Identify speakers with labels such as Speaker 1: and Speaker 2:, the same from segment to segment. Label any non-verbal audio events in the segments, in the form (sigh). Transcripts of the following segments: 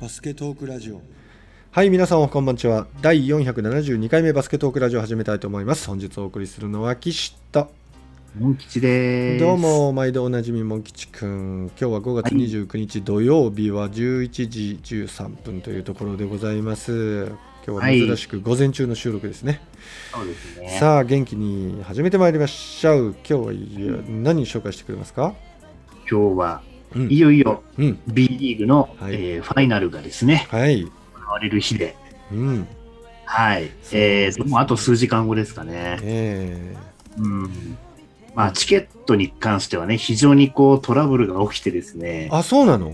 Speaker 1: バスケトークラジオ
Speaker 2: はい、皆さんおはこんばんちは。第472回目バスケットークラジオを始めたいと思います。本日お送りするのは岸と。
Speaker 3: モン吉でーす。
Speaker 2: どう。も、毎度おなじみもんきちくん。今日は5月29日土曜日は11時13分というところでございます。今日は珍しく午前中の収録ですね。
Speaker 3: そうですね。
Speaker 2: さあ、元気に始めてまいりましょう。今日はいや何紹介してくれますか
Speaker 3: 今日は、
Speaker 2: うん
Speaker 3: い。よいよ
Speaker 2: うん。
Speaker 3: B リーグの、
Speaker 2: はい
Speaker 3: えーファイナルがですね、
Speaker 2: はい。
Speaker 3: 行われる日で、
Speaker 2: うん。
Speaker 3: はい。
Speaker 2: そう
Speaker 3: え
Speaker 2: です
Speaker 3: ー、もうあと数時間後ですかね。
Speaker 2: え
Speaker 3: うん。まあ、チケットに関してはね、非常にこうトラブルが起きてですね
Speaker 2: え、あ、そうなの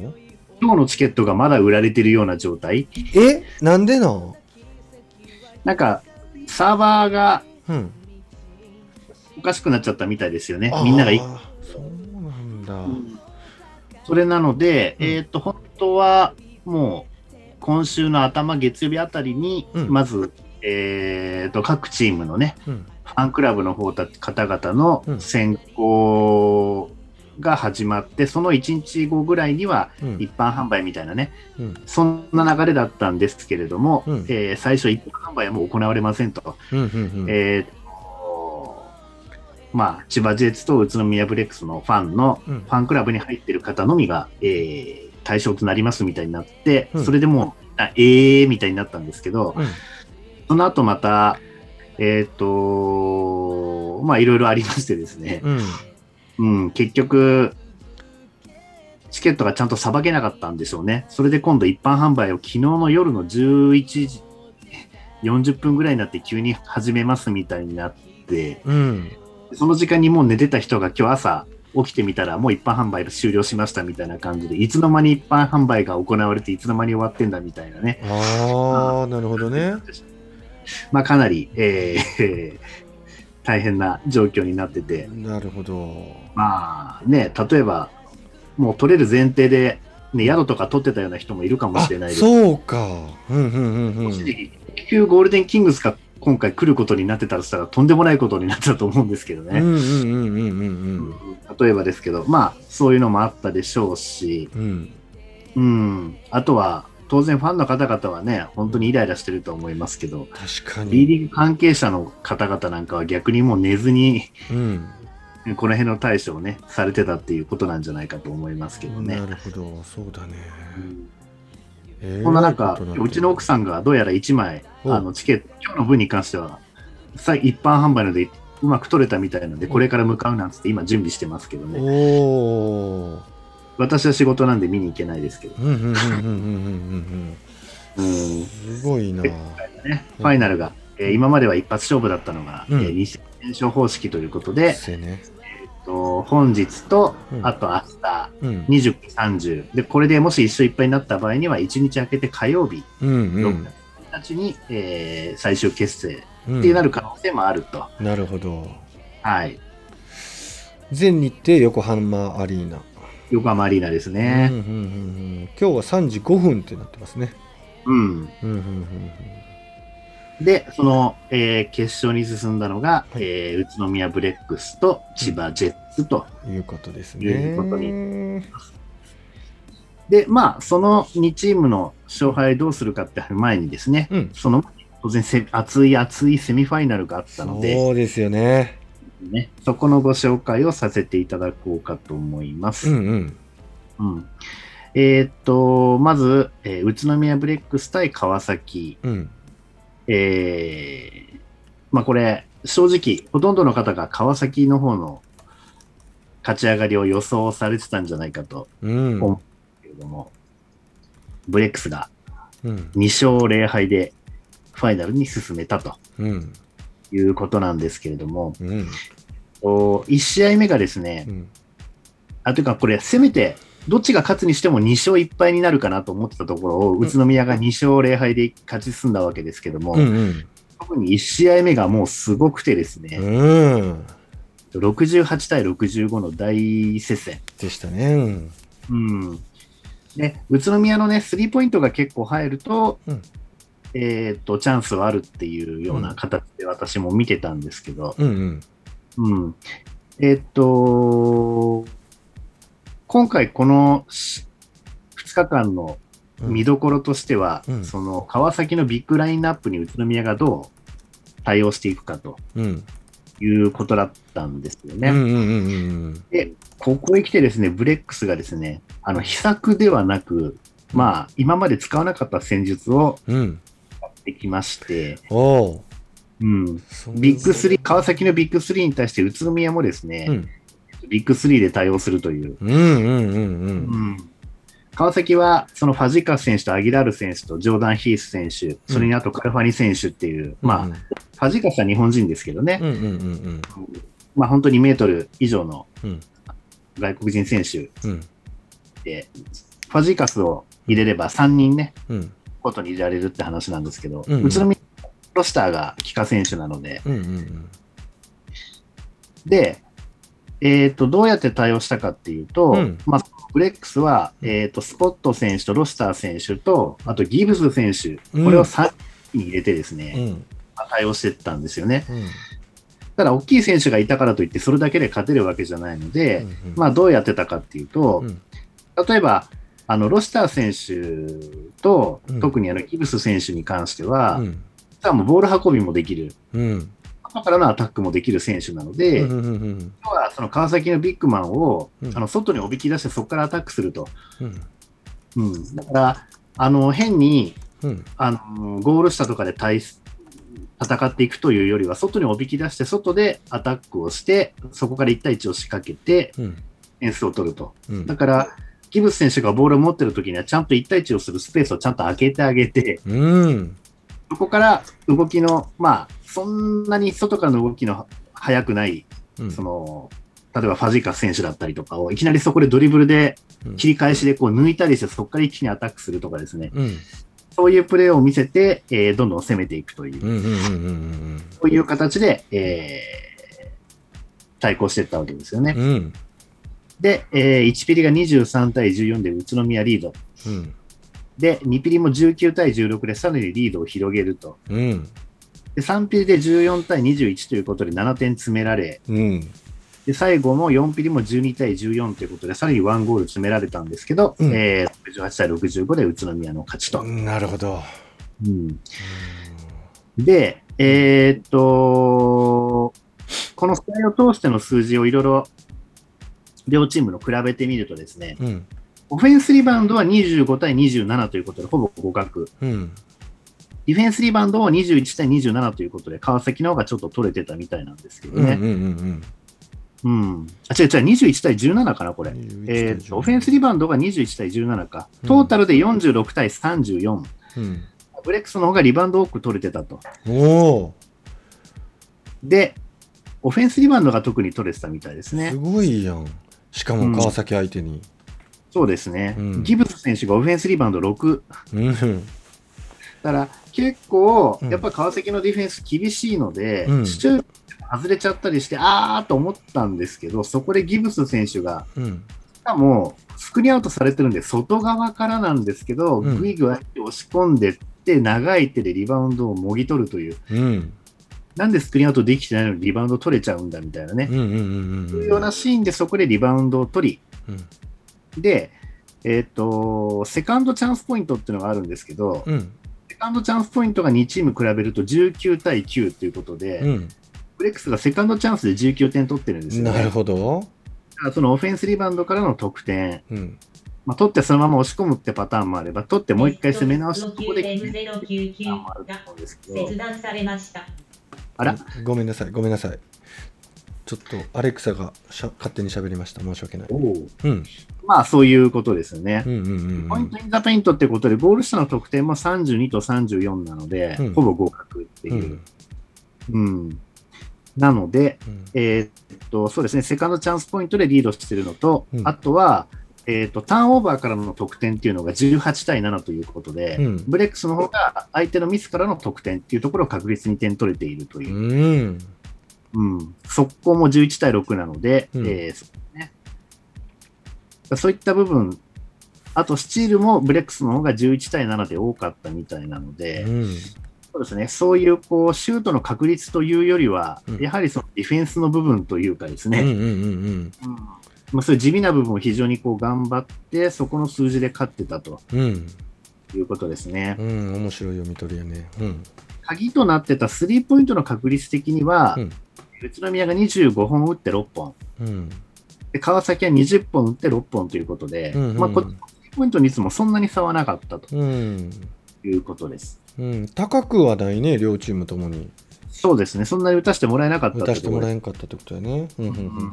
Speaker 3: 今日のチケットがまだ売られてるような状態。
Speaker 2: えなんでなん
Speaker 3: なんか、サーバーが
Speaker 2: うん。
Speaker 3: おかしくなっちゃったみたいですよね。みんながい、
Speaker 2: あーそうなんだ。
Speaker 3: うんそれなので、
Speaker 2: うん
Speaker 3: えっ、と、本当はもう、今週の頭、月曜日あたりに、
Speaker 2: うん
Speaker 3: まず、えっ、と、各チームのね、
Speaker 2: うん
Speaker 3: ファンクラブの方た方々の
Speaker 2: うん
Speaker 3: 選考が始まって、その1日後ぐらいには、
Speaker 2: うん
Speaker 3: 一般販売みたいなね、
Speaker 2: うん
Speaker 3: そんな流れだったんですけれども、
Speaker 2: うん
Speaker 3: えー最初、一般販売はもう行われませんと。
Speaker 2: うんうんうん
Speaker 3: えーとまあ、千葉ジェッツと宇都宮ブレックスのファンの
Speaker 2: うん
Speaker 3: ファンクラブに入ってる方のみが、えー対象となりますみたいになって、
Speaker 2: うん
Speaker 3: それでもう、あええー、みたいになったんですけど、
Speaker 2: うん
Speaker 3: その後また、えっ、とまあ、いろいろありましてですね、
Speaker 2: うん
Speaker 3: うん、結局、チケットがちゃんとさばけなかったんでしょうね。それで今度一般販売を昨日の夜の11時40分ぐらいになって急に始めますみたいになって、
Speaker 2: うん
Speaker 3: その時間にもう寝てた人が今日朝起きてみたらもう一般販売終了しましたみたいな感じで、いつの間に一般販売が行われていつの間に終わってんだみたいなね。
Speaker 2: ああなるほどね。
Speaker 3: まあかなり、えー大変な状況になってて、
Speaker 2: なるほど。
Speaker 3: まあね、例えば、もう取れる前提で、ね、宿とか取ってたような人もいるかも
Speaker 2: あ
Speaker 3: しれないです
Speaker 2: そうか。うんうんうんう
Speaker 3: も
Speaker 2: ん。
Speaker 3: し結局ゴールデンキングスが今回来ることになってたらしたら、とんでもないことになってたと思うんですけど
Speaker 2: うんう
Speaker 3: ね。
Speaker 2: んうんうんうん
Speaker 3: 例えばですけど、まあ、そういうのもあったでしょうし、
Speaker 2: うんうん。
Speaker 3: うん、あとは、当然ファンの方々はね、本当にイライラしてると思いますけど、
Speaker 2: 確か
Speaker 3: B
Speaker 2: に。
Speaker 3: リーグ関係者の方々なんかは逆にもう寝ずに、
Speaker 2: うん。
Speaker 3: この辺の対処をね、されてたっていうことなんじゃないかと思いますけどね
Speaker 2: な。るほど。そうだね。
Speaker 3: うん
Speaker 2: え
Speaker 3: こんな中、うちの奥
Speaker 2: さ
Speaker 3: さんがどうやら1枚、
Speaker 2: お
Speaker 3: あのチケット、今日の分に関しては、さ一般販売のでうまく取れたみたいなので、これから向かうなんつって今準備してますけどね。
Speaker 2: おお。
Speaker 3: 私は仕事なんで見に行けないですけど。
Speaker 2: うんうんうんうんうんうん
Speaker 3: うん
Speaker 2: うん。すごいな。
Speaker 3: (laughs) ね、ファイナルが、えー今までは一発勝負だったのが、
Speaker 2: うん
Speaker 3: えー、2戦勝方式ということで、
Speaker 2: せね。
Speaker 3: えっと本日と
Speaker 2: う、ん
Speaker 3: あと
Speaker 2: うん
Speaker 3: 明日、29、30。で、これでもし一勝いっぱいになった場合には、1日明けて火曜日、
Speaker 2: うんう
Speaker 3: 6
Speaker 2: ん
Speaker 3: 月1日に、えー最終決戦っ
Speaker 2: うん。
Speaker 3: ていうなる可能性もあると。
Speaker 2: なるほど。
Speaker 3: はい。
Speaker 2: 全日程横浜アリーナ。
Speaker 3: 横浜アリーナです
Speaker 2: う
Speaker 3: ね。
Speaker 2: んうんうんうん、今日は3時5分ってなってますね。
Speaker 3: うん。
Speaker 2: うんうんうん
Speaker 3: で、その、えー決勝に進んだのが、
Speaker 2: はい
Speaker 3: えー宇都宮ブレックスと千葉ジェッツと。
Speaker 2: うんいうことです
Speaker 3: い
Speaker 2: ね
Speaker 3: うこと。で、まあ、その2チームの勝敗どうするかって前にですね、
Speaker 2: うん、
Speaker 3: その、当然せ、熱い熱いセミファイナルがあったので、
Speaker 2: そうですよね。
Speaker 3: ね、そこのご紹介をさせていただこうかと思いま
Speaker 2: う
Speaker 3: す。
Speaker 2: んうん。
Speaker 3: うん。えーっと、まず、えー宇都宮ブレックス対川崎。
Speaker 2: うん
Speaker 3: えーまあこれ、正直、ほとんどの方が川崎の方の勝ち上がりを予想されてたんじゃないかと、
Speaker 2: うん
Speaker 3: おけれども、ブレックスが
Speaker 2: うん
Speaker 3: 2勝0敗でファイナルに進めたと
Speaker 2: うん
Speaker 3: いうことなんですけれども、
Speaker 2: うん
Speaker 3: お1試合目がですね
Speaker 2: う、ん
Speaker 3: あというかこれ、せめて、どっちが勝つにしても2勝1敗になるかなと思ってたところを、宇都宮が2勝0敗で勝ち進んだわけですけども、
Speaker 2: うん
Speaker 3: 特に1試合目がもうすごくてですね、
Speaker 2: うん
Speaker 3: 68対65の大接戦。
Speaker 2: でしたね。うん
Speaker 3: うん。ね、宇都宮のね、スリーポイントが結構入ると、
Speaker 2: うん
Speaker 3: えっ、と、チャンスはあるっていうような形で私も見てたんですけど、
Speaker 2: うんうん
Speaker 3: うん。えっ、と、今回この2日間の
Speaker 2: うん
Speaker 3: 見どころとしては、
Speaker 2: うん
Speaker 3: その川崎のビッグラインナップに宇都宮がどう対応していくかと
Speaker 2: うん
Speaker 3: いうことだったんですよね。
Speaker 2: うんうんうんうん
Speaker 3: ここへ来てですね、ブレックスがですね、あの、秘策ではなく、まあ、今まで使わなかった戦術を
Speaker 2: うんうん
Speaker 3: やってきまして、
Speaker 2: おお
Speaker 3: うん、ビッグ
Speaker 2: ス
Speaker 3: 3、川崎のビッグ3に対して宇都宮もですね、
Speaker 2: うん
Speaker 3: ビッグ3で対応するという。
Speaker 2: うんうんうんう
Speaker 3: うんん川崎は、そのファジカス選手とアギラール選手とジョーダン・ヒース選手、それにあとカルファニ選手っていう、まあ、
Speaker 2: うん
Speaker 3: ファジカスは日本人ですけどね、
Speaker 2: うんうんうん
Speaker 3: まあ本当に2メートル以上の
Speaker 2: うん
Speaker 3: 外国人選手
Speaker 2: うん
Speaker 3: で、ファジカスを入れれば3人ね、
Speaker 2: うん
Speaker 3: コートに入れられるって話なんですけど、
Speaker 2: うんうん
Speaker 3: 宇都宮ロスターが帰化選手なので、
Speaker 2: うんうん
Speaker 3: で、えー、とどうやって対応したかっていうと、
Speaker 2: うん
Speaker 3: まあ、ブレックスは、えー、とスポット選手とロスター選手と、あとギブス選手、
Speaker 2: うん
Speaker 3: これを3人に入れてですね、
Speaker 2: うん
Speaker 3: まあ対応してったんですよね。
Speaker 2: うん
Speaker 3: ただ、大きい選手がいたからといって、それだけで勝てるわけじゃないので、
Speaker 2: うん
Speaker 3: まあ、どうやってたかっていうと、
Speaker 2: うん
Speaker 3: 例えば、あのロスター選手と、
Speaker 2: うん
Speaker 3: 特にあのギブス選手に関しては、
Speaker 2: うん
Speaker 3: 実はもうボール運びもできる、
Speaker 2: うん
Speaker 3: 外からのアタックもできる選手なので、
Speaker 2: うんうんうん
Speaker 3: 要はその川崎のビッグマンを、
Speaker 2: うん
Speaker 3: あの外におびき出して、そこからアタックすると。
Speaker 2: うん
Speaker 3: うん、だからあの変に
Speaker 2: うん
Speaker 3: あのゴール下とかで対す戦っていくというよりは、外におびき出して、外でアタックをして、そこから1対1を仕掛けて、
Speaker 2: うん
Speaker 3: 点数を取ると。
Speaker 2: うん
Speaker 3: だから、ギブス選手がボールを持ってる時には、ちゃんと1対1をするスペースをちゃんと空けてあげて、
Speaker 2: うん
Speaker 3: そこから動きの、まあ、そんなに外からの動きの速くない
Speaker 2: うん
Speaker 3: その例えばファジーカス選手だったりとかをいきなりそこでドリブルで
Speaker 2: うん
Speaker 3: 切り返しでこう抜いたりしてそこから一気にアタックするとかですね
Speaker 2: うん
Speaker 3: そういうプレーを見せて、えーどんどん攻めていくという
Speaker 2: うんうんうんうん
Speaker 3: そういう形で、えー対抗していったわけですよね。
Speaker 2: うんうん
Speaker 3: で、え1ピリが23対14で宇都宮リード
Speaker 2: うん
Speaker 3: で2ピリも19対16でさらにリードを広げると
Speaker 2: うん
Speaker 3: で3ピリで14対21ということで7点詰められ
Speaker 2: うん
Speaker 3: で最後も4ピリも12対14ということで、さらに1ゴール詰められたんですけど、
Speaker 2: うん
Speaker 3: えー68対65で宇都宮の勝ちと。
Speaker 2: なるほど
Speaker 3: うんで、えーっと、この試合を通しての数字をいろいろ両チームの比べてみるとですね、
Speaker 2: うん
Speaker 3: オフェンスリバウンドは25対27ということで、ほぼ互角。
Speaker 2: うん
Speaker 3: ディフェンスリバウンドは21対27ということで、川崎の方がちょっと取れてたみたいなんですけど
Speaker 2: うんうん
Speaker 3: ね。
Speaker 2: うん
Speaker 3: うん。あ、違う違う、21対17かな、これ。
Speaker 2: うん
Speaker 3: えーっとオフェンスリバウンドが21対17か、
Speaker 2: うん
Speaker 3: トータルで46対34、
Speaker 2: うん
Speaker 3: ブレックスの方がリバウンド多く取れてたと。
Speaker 2: おお
Speaker 3: で、オフェンスリバウンドが特に取れてたみたいですね
Speaker 2: す。ごいやんしかも川崎相手に
Speaker 3: そうですね、
Speaker 2: うん
Speaker 3: ギブス選手がオフェンスリバウンド6、
Speaker 2: うん
Speaker 3: だから結構
Speaker 2: う、ん
Speaker 3: やっぱ川崎のディフェンス厳しいので、
Speaker 2: うん
Speaker 3: シチュー外れちゃったりして、あーと思ったんですけど、そこでギブス選手が、
Speaker 2: うん
Speaker 3: しかもスクリーンアウトされてるんで、外側からなんですけど、
Speaker 2: うん
Speaker 3: ぐいぐい押し込んでって、長い手でリバウンドをもぎ取るという。
Speaker 2: うん
Speaker 3: なんでスクリーンアウトできてないのにリバウンド取れちゃうんだみたいな
Speaker 2: うん
Speaker 3: ね、
Speaker 2: うんうんうん
Speaker 3: そういうようなシーンでそこでリバウンドを取
Speaker 2: うん
Speaker 3: り、で、えっとセカンドチャンスポイントっていうのがあるんですけど、
Speaker 2: うん
Speaker 3: セカンドチャンスポイントが2チーム比べると19対9ということで、
Speaker 2: うん
Speaker 3: ブレックスがセカンドチャンスで19点取ってるんですよ、ね。
Speaker 2: なるほど
Speaker 3: だからそのオフェンスリバウンドからの得点、
Speaker 2: うん
Speaker 3: まあ、取ってそのまま押し込むってパターンもあれば、取っても
Speaker 1: も
Speaker 3: う
Speaker 1: う
Speaker 3: 一
Speaker 1: 一
Speaker 3: 回
Speaker 1: 回
Speaker 3: 攻
Speaker 1: 攻
Speaker 3: め
Speaker 1: め
Speaker 3: 直
Speaker 1: 直
Speaker 3: し、
Speaker 1: して
Speaker 3: こ
Speaker 1: てこ
Speaker 3: こ
Speaker 1: こ
Speaker 3: で
Speaker 1: で
Speaker 3: 決めるパターンもあると思うんですけど、
Speaker 1: 断されました。
Speaker 3: あら、
Speaker 2: ごめんなさいごめんなさいちょっとアレクサがしゃ勝手に喋りました申し訳ない
Speaker 3: おう
Speaker 2: うん
Speaker 3: まあそういうことですよね。
Speaker 2: うんうんうん
Speaker 3: ポイント・イン・ザ・ペイントってことで、ゴール下の得点も32と34なので、
Speaker 2: うん
Speaker 3: ほぼ合格って
Speaker 2: う。
Speaker 3: いうんうんなので、
Speaker 2: うん
Speaker 3: えーっと、そうですね、セカンドチャンスポイントでリードしてるのと、
Speaker 2: うん
Speaker 3: あとは、えーっと、ターンオーバーからの得点っていうのが18対7ということで、
Speaker 2: うん
Speaker 3: ブレックスの方が相手のミスからの得点っていうところを確率に点取れているというう、
Speaker 2: ん
Speaker 3: うん、速攻も11対6なので、
Speaker 2: うん
Speaker 3: えーそうね、そういった部分、あとスチールもブレックスの方が11対7で多かったみたいなので、
Speaker 2: うん
Speaker 3: そうですね、そういうこうシュートの確率というよりは、
Speaker 2: うん
Speaker 3: やはりそのディフェンスの部分というかです
Speaker 2: うん
Speaker 3: ね、
Speaker 2: うんうんうん
Speaker 3: うんまあ、そういう地味な部分を非常にこう頑張って、そこの数字で勝ってたと
Speaker 2: うん
Speaker 3: いうことですね。
Speaker 2: うん、面白い読み取りやね。うん。
Speaker 3: 鍵となってたスリーポイントの確率的には、
Speaker 2: うん
Speaker 3: 宇都宮が25本打って6本、
Speaker 2: うん。
Speaker 3: で川崎は20本打って6本ということで、
Speaker 2: うんうん
Speaker 3: まあ、こっちのスリーポイント率もそんなに差はなかったと
Speaker 2: うん。
Speaker 3: いうことです。
Speaker 2: うん、高くはないね、両チームともに。
Speaker 3: そうですね、そんなに打たせてもらえなかった
Speaker 2: 打
Speaker 3: って
Speaker 2: た
Speaker 3: こ
Speaker 2: せて
Speaker 3: と
Speaker 2: も
Speaker 3: で
Speaker 2: らえ
Speaker 3: す
Speaker 2: んかったってことやね。うん、うん、うん、うん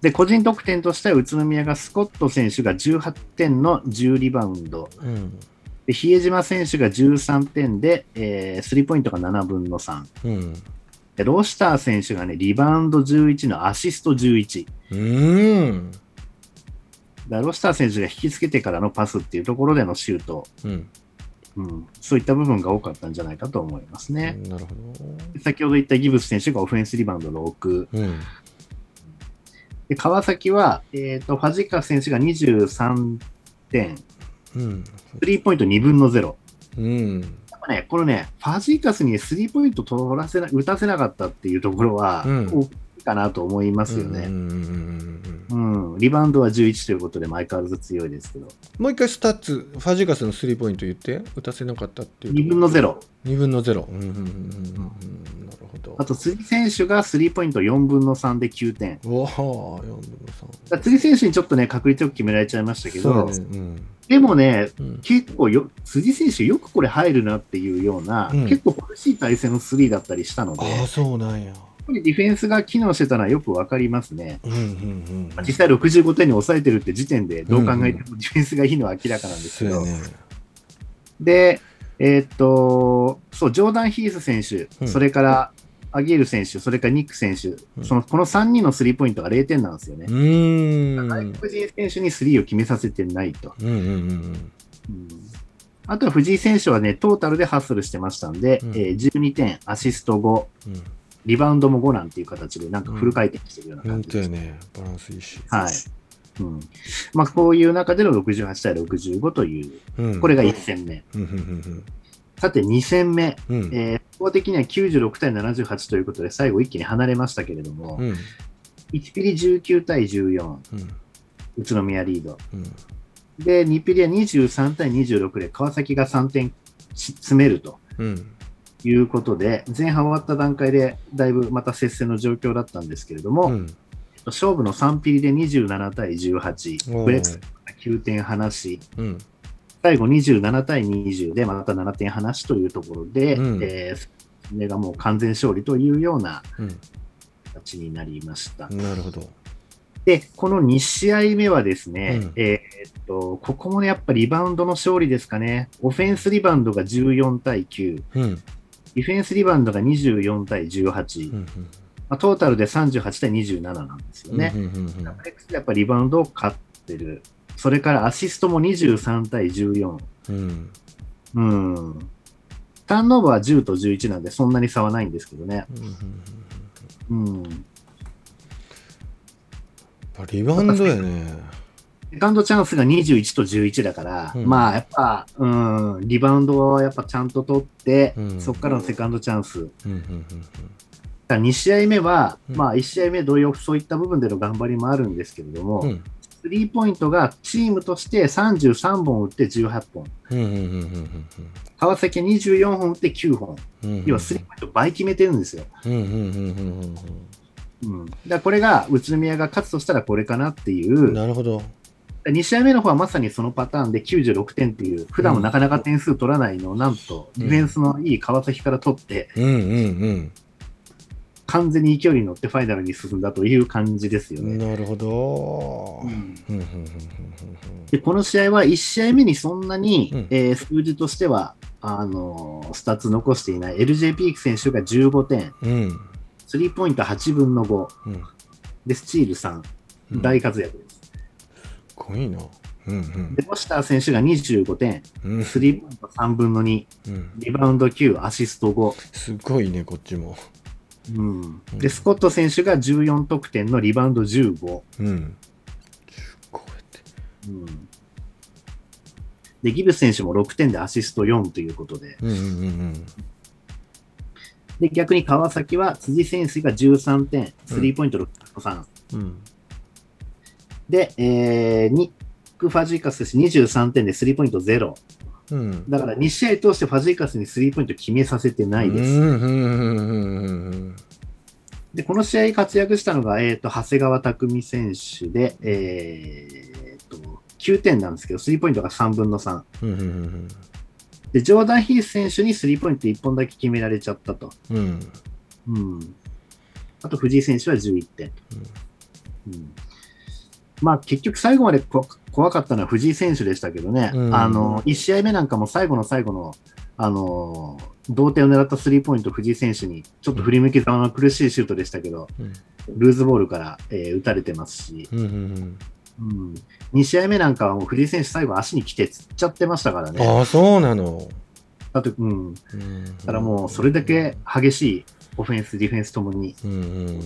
Speaker 3: で、個人得点としては宇都宮がスコット選手が18点の10リバウンド、
Speaker 2: うん。うん。
Speaker 3: で比江島選手が13点で、えースリーポイントが7分の3。
Speaker 2: うん。
Speaker 3: でロシター選手がね、リバウンド11のアシスト11。
Speaker 2: うん。
Speaker 3: だロシター選手が引きつけてからのパスっていうところでのシュート、
Speaker 2: うん。
Speaker 3: うん、そういった部分が多かったんじゃないかと思いますね。
Speaker 2: なるほど。
Speaker 3: 先ほど言ったギブス選手がオフェンスリバウンド6。
Speaker 2: うん。
Speaker 3: で川崎は、えー、とファジーカ選手が23点、
Speaker 2: うん。
Speaker 3: スリーポイント2分の0。
Speaker 2: うん。
Speaker 3: やっぱね、このね、ファジーカスにスリーポイント取らせな打たせなかったっていうところは、
Speaker 2: うん
Speaker 3: 大きいかなと思いますよ
Speaker 2: うん
Speaker 3: ね。
Speaker 2: うんうんうんうん
Speaker 3: うん、リバウンドは11ということで、相変わらず強いですけど、
Speaker 2: もう一回スタッツ、ファジーカスのスリーポイント言って、打たせなかったっていう。
Speaker 3: 2分の0、
Speaker 2: 二分の0。うんうんうんうんうん。なるほど
Speaker 3: あ。と辻選手がスリーポイント4分の3で9点、
Speaker 2: うわあ、4分の3。
Speaker 3: だ辻選手にちょっとね、確率よく決められちゃいましたけど、
Speaker 2: そうだねうん
Speaker 3: でもね、
Speaker 2: うん
Speaker 3: 結構よ、辻選手、よくこれ入るなっていうような、
Speaker 2: うん
Speaker 3: 結構苦しい体勢のスリーだったりしたので、
Speaker 2: あ
Speaker 3: や
Speaker 2: あ、
Speaker 3: っ
Speaker 2: そうなんや。
Speaker 3: ぱりディフェンスが機能してたのはよくわかりますね。
Speaker 2: うんうん
Speaker 3: まあ実際65点に抑えてるって時点で、どう考えてもディフェンスがいいのは明らかなんですけど、
Speaker 2: そうやね。
Speaker 3: で、えーっと、そう、ジョーダン・ヒース選手、
Speaker 2: うん
Speaker 3: それからアギール選手、それからニック選手、
Speaker 2: うん
Speaker 3: そのこの3人のスリーポイントが0点なんですよね。
Speaker 2: うーん。うん
Speaker 3: 外国人選手にスリーを決めさせてないと。
Speaker 2: うんうん
Speaker 3: うんあとは藤井選手はね、トータルでハッスルしてましたんで、
Speaker 2: うん
Speaker 3: えー12点、アシスト5、
Speaker 2: うん。
Speaker 3: リバウンドも5なんていう形で、なんかフル回転してるような
Speaker 2: うん。本
Speaker 3: 感じ
Speaker 2: 当
Speaker 3: です
Speaker 2: やね。バランスいいし。
Speaker 3: はい。うん。まあ、こういう中での68対65という、
Speaker 2: うん。
Speaker 3: これが1戦目。
Speaker 2: うんうん
Speaker 3: さて、2戦目。
Speaker 2: うんうん。
Speaker 3: えー、スコア的には96対78ということで、最後一気に離れましたけれども
Speaker 2: う、ん。
Speaker 3: 1ピリ19対14、
Speaker 2: うん。
Speaker 3: 宇都宮リード。
Speaker 2: うん。
Speaker 3: で、2ピリは23対26で、川崎が3点し詰めると
Speaker 2: うん。
Speaker 3: いうことで、前半終わった段階で、だいぶまた接戦の状況だったんですけれども、
Speaker 2: うん。
Speaker 3: 勝負の3ピリで27対18、
Speaker 2: おー
Speaker 3: ブレックスが9点離し、
Speaker 2: うん。
Speaker 3: 最後27対20でまた7点離しというところで、
Speaker 2: うん
Speaker 3: えーそれがもう完全勝利というような
Speaker 2: う
Speaker 3: 形になりました。
Speaker 2: ん。なるほど。
Speaker 3: で、この2試合目はですね、
Speaker 2: うん
Speaker 3: えーっと、ここもね、やっぱリバウンドの勝利ですかね。オフェンスリバウンドが14対9、
Speaker 2: うん。
Speaker 3: ディフェンスリバウンドが24対
Speaker 2: う
Speaker 3: 18、
Speaker 2: ん。
Speaker 3: まあ、トータルで38対27なんですよ
Speaker 2: うん。
Speaker 3: ね
Speaker 2: う。んうん
Speaker 3: アレックスがやっぱリバウンドを勝ってる。それからアシストも23対14。
Speaker 2: うん。うん。
Speaker 3: うん。ターンオーバーは10と11なんで、そんなに差はないんですけどね。
Speaker 2: うんうんうん
Speaker 3: うん。
Speaker 2: やっぱリバウンドやね。
Speaker 3: セカンドチャンスが21と11だから、
Speaker 2: うん
Speaker 3: まあやっぱ、うん、リバウンドはやっぱちゃんと取って、
Speaker 2: うん
Speaker 3: そこからのセカンドチャンス。
Speaker 2: うんうんうん
Speaker 3: 2試合目は、
Speaker 2: うん
Speaker 3: まあ1試合目同様、そういった部分での頑張りもあるんですけれども、
Speaker 2: うん。
Speaker 3: スリーポイントがチームとして33本打って18本、
Speaker 2: うんうんうんうん
Speaker 3: 川崎24本打って9本、
Speaker 2: うんうん。
Speaker 3: 要はスリーポイント倍決めてるんですよ。
Speaker 2: うんうんうんうんうん
Speaker 3: うん、だからこれが宇都宮が勝つとしたらこれかなっていう
Speaker 2: うん。、なるほど。
Speaker 3: 2試合目の方はまさにそのパターンで96点っていう、普段もなかなか点数取らないのを、なんと
Speaker 2: うん
Speaker 3: ディフェンスのいい川崎から取って、
Speaker 2: うんうん
Speaker 3: 完全に勢いに乗ってファイナルに進んだという感じですよ
Speaker 2: うん。
Speaker 3: ね。
Speaker 2: なるほど。うんうんうん
Speaker 3: でこの試合は1試合目にそんなに、
Speaker 2: うん
Speaker 3: えー数字としてはあのースタッツ残していない LJ ピーク選手が15点、
Speaker 2: うんうんうん
Speaker 3: スリーポイント8分の5、
Speaker 2: うん
Speaker 3: でスチール3、
Speaker 2: うん。
Speaker 3: 大
Speaker 2: す
Speaker 3: 活躍です。
Speaker 2: ごいな。うんうん
Speaker 3: で、ロシター選手が25点、
Speaker 2: うん
Speaker 3: スリーポイント3分の2、
Speaker 2: うん。
Speaker 3: リバウンド9、アシスト5、
Speaker 2: すごいね、こっちも。
Speaker 3: うん
Speaker 2: うん
Speaker 3: で、スコット選手が14得点のリバウンド15。
Speaker 2: うん。すごいって
Speaker 3: うん、で、ギブス選手も6点でアシスト4ということで。
Speaker 2: うんうんうん
Speaker 3: で、逆に川崎は辻選手が13点、スリーポイント6 3、
Speaker 2: うん。うん。
Speaker 3: で、えー、ニック・ファジーカスです23点でスリーポイント0。
Speaker 2: うん。
Speaker 3: だから2試合通してファジーカスにスリーポイント決めさせてないです。
Speaker 2: うんうんうんうんうんうん。
Speaker 3: で、この試合活躍したのが、えっ、と、長谷川匠選手で、えっ、と、9点なんですけど、スリーポイントが3分の3。
Speaker 2: うんうんうん
Speaker 3: で、ジョーダン・ヒース選手にスリーポイント1本だけ決められちゃったと。
Speaker 2: うん。うん。
Speaker 3: うん。あと、藤井選手は11点。うんまあ、結局最後までこ怖かったのは藤井選手でしたけどね、
Speaker 2: うん
Speaker 3: あの1試合目なんかも最後の最後の、あの同点を狙ったスリーポイント、藤井選手にちょっと振り向きざまの苦しいシュートでしたけど、
Speaker 2: うん
Speaker 3: ルーズボールから、えー打たれてますし、
Speaker 2: うんうん
Speaker 3: うん、2試合目なんかはもう藤井選手、最後、足に来てつっちゃってましたから
Speaker 2: うん
Speaker 3: ね、
Speaker 2: ああ、そうなの。
Speaker 3: あと、うん、だ
Speaker 2: うんだ
Speaker 3: からもうそれだけ激しいオフェンス、ディフェンスともに
Speaker 2: うんうんうんうん。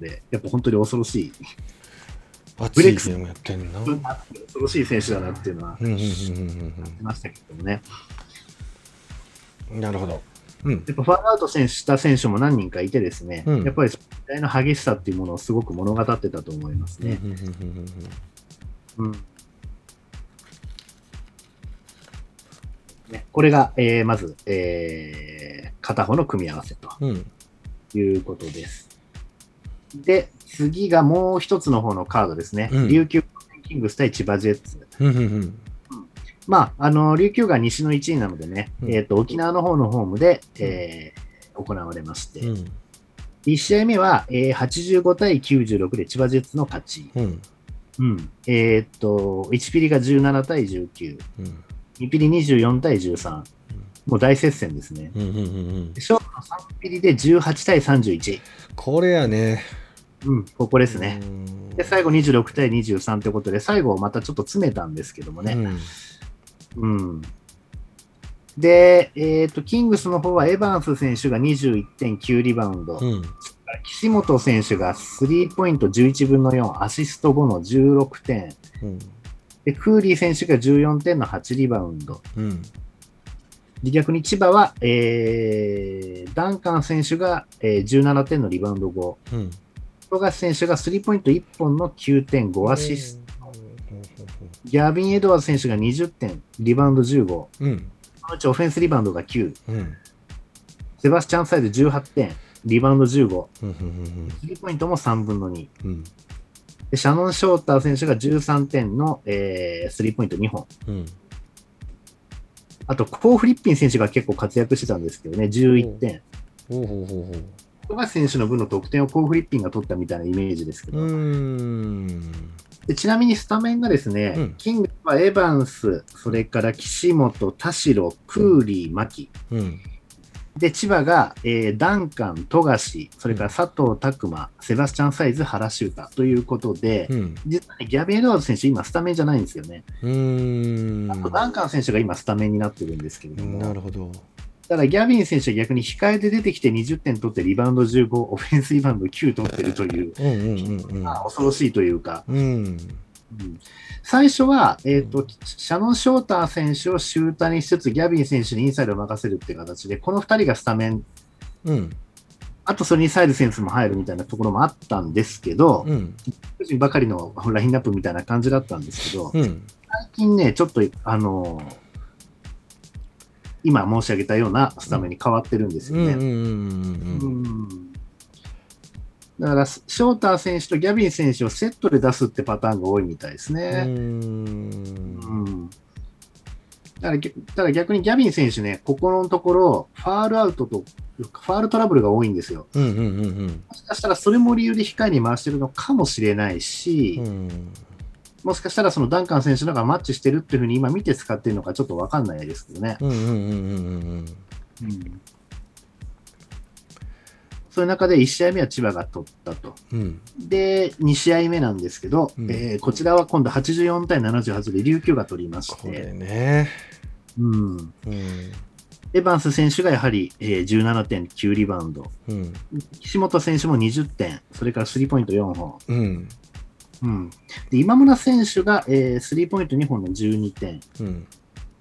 Speaker 3: で、やっぱ本当に恐ろしい、
Speaker 2: 熱いゲームやってんな。うんうん
Speaker 3: 恐ろしい選手だなっていうのは、
Speaker 2: うんうん
Speaker 3: 感じましたけどもね。
Speaker 2: うん。なるほど。うん。
Speaker 3: やっぱファンアウト選手した選手も何人かいてですね、
Speaker 2: うん
Speaker 3: やっぱり試合の激しさっていうものをすごく物語ってたと思いますね。
Speaker 2: うんうんうんうんうん
Speaker 3: うんねこれが、えーまず、えー片方の組み合わせと
Speaker 2: うん。
Speaker 3: いうことです。で、次がもう一つの方のカードですね。
Speaker 2: うん
Speaker 3: 琉球キングス対千葉ジェッツ。
Speaker 2: うんうんうん
Speaker 3: まあ、あの、琉球が西の1位なのでね、
Speaker 2: うん
Speaker 3: えっと、沖縄の方のホームで、えー行われまして、
Speaker 2: うん
Speaker 3: 1試合目は、えー85対96で千葉ジェッツの勝ち。
Speaker 2: うん
Speaker 3: うん。えーっと、1ピリが17対19、
Speaker 2: うん
Speaker 3: 2ピリ24対13。もう大接戦ですね。
Speaker 2: うんうんうんうん
Speaker 3: で勝負の3ピリで18対31。
Speaker 2: これやね。
Speaker 3: うん、ここですね。
Speaker 2: うん
Speaker 3: で、最後26対23ということで、最後またちょっと詰めたんですけどもね。うん。で、えーっと、キングスの方はエバンス選手が21.9リバウンド。
Speaker 2: うん。うん
Speaker 3: 岸本選手がスリーポイント11分の4、アシスト5の16点。
Speaker 2: うん
Speaker 3: で、クーリー選手が14点の8リバウンド。
Speaker 2: うん
Speaker 3: で逆に千葉は、えー、ダンカン選手が、えー、17点のリバウンド5、
Speaker 2: うん。
Speaker 3: 富樫選手がスリーポイント1本の9.5アシスト、ギャビン・エドワーズ選手が20点、リバウンド15、そ
Speaker 2: うん
Speaker 3: のうちオフェンスリバウンドが9、
Speaker 2: うんうん
Speaker 3: セバスチャンサイド18点、リバウンド15、
Speaker 2: うんうん
Speaker 3: スリーポイントも3分の2、
Speaker 2: うん
Speaker 3: でシャノン・ショーター選手が13点の、えー、スリーポイント2本、
Speaker 2: うん
Speaker 3: あとコー・フリッピン選手が結構活躍してたんですけどね、11点。
Speaker 2: ほうほうほうほう。
Speaker 3: 富樫選手の分の得点をコー・フリッピンが取ったみたいなイメージですけど、
Speaker 2: うーん。
Speaker 3: でちなみにスタメンがですね、
Speaker 2: うん
Speaker 3: キングはエバンス、それから岸本、田代、クーリー、牧、
Speaker 2: うん。
Speaker 3: で千葉が、えーダンカン、富樫、それから佐藤拓磨、セバスチャン・サイズ、原修太ということで、
Speaker 2: うん。
Speaker 3: 実はねギャビン・エドワーズ選手、今、スタメンじゃないんですよね、
Speaker 2: うーん。
Speaker 3: あとダンカン選手が今、スタメンになってるんですけれども、
Speaker 2: なるほど。
Speaker 3: ただギャビン選手は逆に控えで出てきて20点取って、リバウンド15、オフェンスリバウンド9取ってるという、
Speaker 2: うんうんうん
Speaker 3: まあ恐ろしいというか。
Speaker 2: うん。うん。
Speaker 3: うん最初は、えーと
Speaker 2: うん
Speaker 3: シャノン・ショーター選手をシューターにしつつ、ギャビン選手にインサイドを任せるっていう形で、この2人がスタメン、
Speaker 2: うん。
Speaker 3: あとそれにサイドセンスも入るみたいなところもあったんですけど、
Speaker 2: うん。
Speaker 3: 個人ばかりのラインナップみたいな感じだったんですけど、
Speaker 2: うん。
Speaker 3: 最近ね、ちょっと、あのー今申し上げたようなスタメンに変わってるんです
Speaker 2: う
Speaker 3: よ
Speaker 2: ん。
Speaker 3: ね。
Speaker 2: うん。うん。うん。
Speaker 3: うんだから、ショーター選手とギャビン選手をセットで出すってパターンが多いみたいですね。うんだからぎただ逆にギャビン選手ね、ここのところ、ファールアウトと、ファールトラブルが多いんですよ。
Speaker 2: うん。うん。
Speaker 3: もしかしたらそれも理由で控えに回してるのかもしれないし、
Speaker 2: うん。
Speaker 3: もしかしたらそのダンカン選手の方がマッチしてるっていうふうに今見て使ってるのかちょっとわかんないですけどね。
Speaker 2: うん。うん。うん。
Speaker 3: そういう中で1試合目は千葉が取ったと。
Speaker 2: うん。
Speaker 3: で、2試合目なんですけど、
Speaker 2: うん
Speaker 3: えーこちらは今度84対78で琉球が取りまし
Speaker 2: こ
Speaker 3: て
Speaker 2: れ、ね。
Speaker 3: うん、
Speaker 2: うん。
Speaker 3: エバンス選手がやはり、えー17.9リバウンド、
Speaker 2: うん。
Speaker 3: 岸本選手も20点、それからスリーポイント4本、
Speaker 2: うん。
Speaker 3: うん、で今村選手が、えースリーポイント2本の12点、
Speaker 2: うん。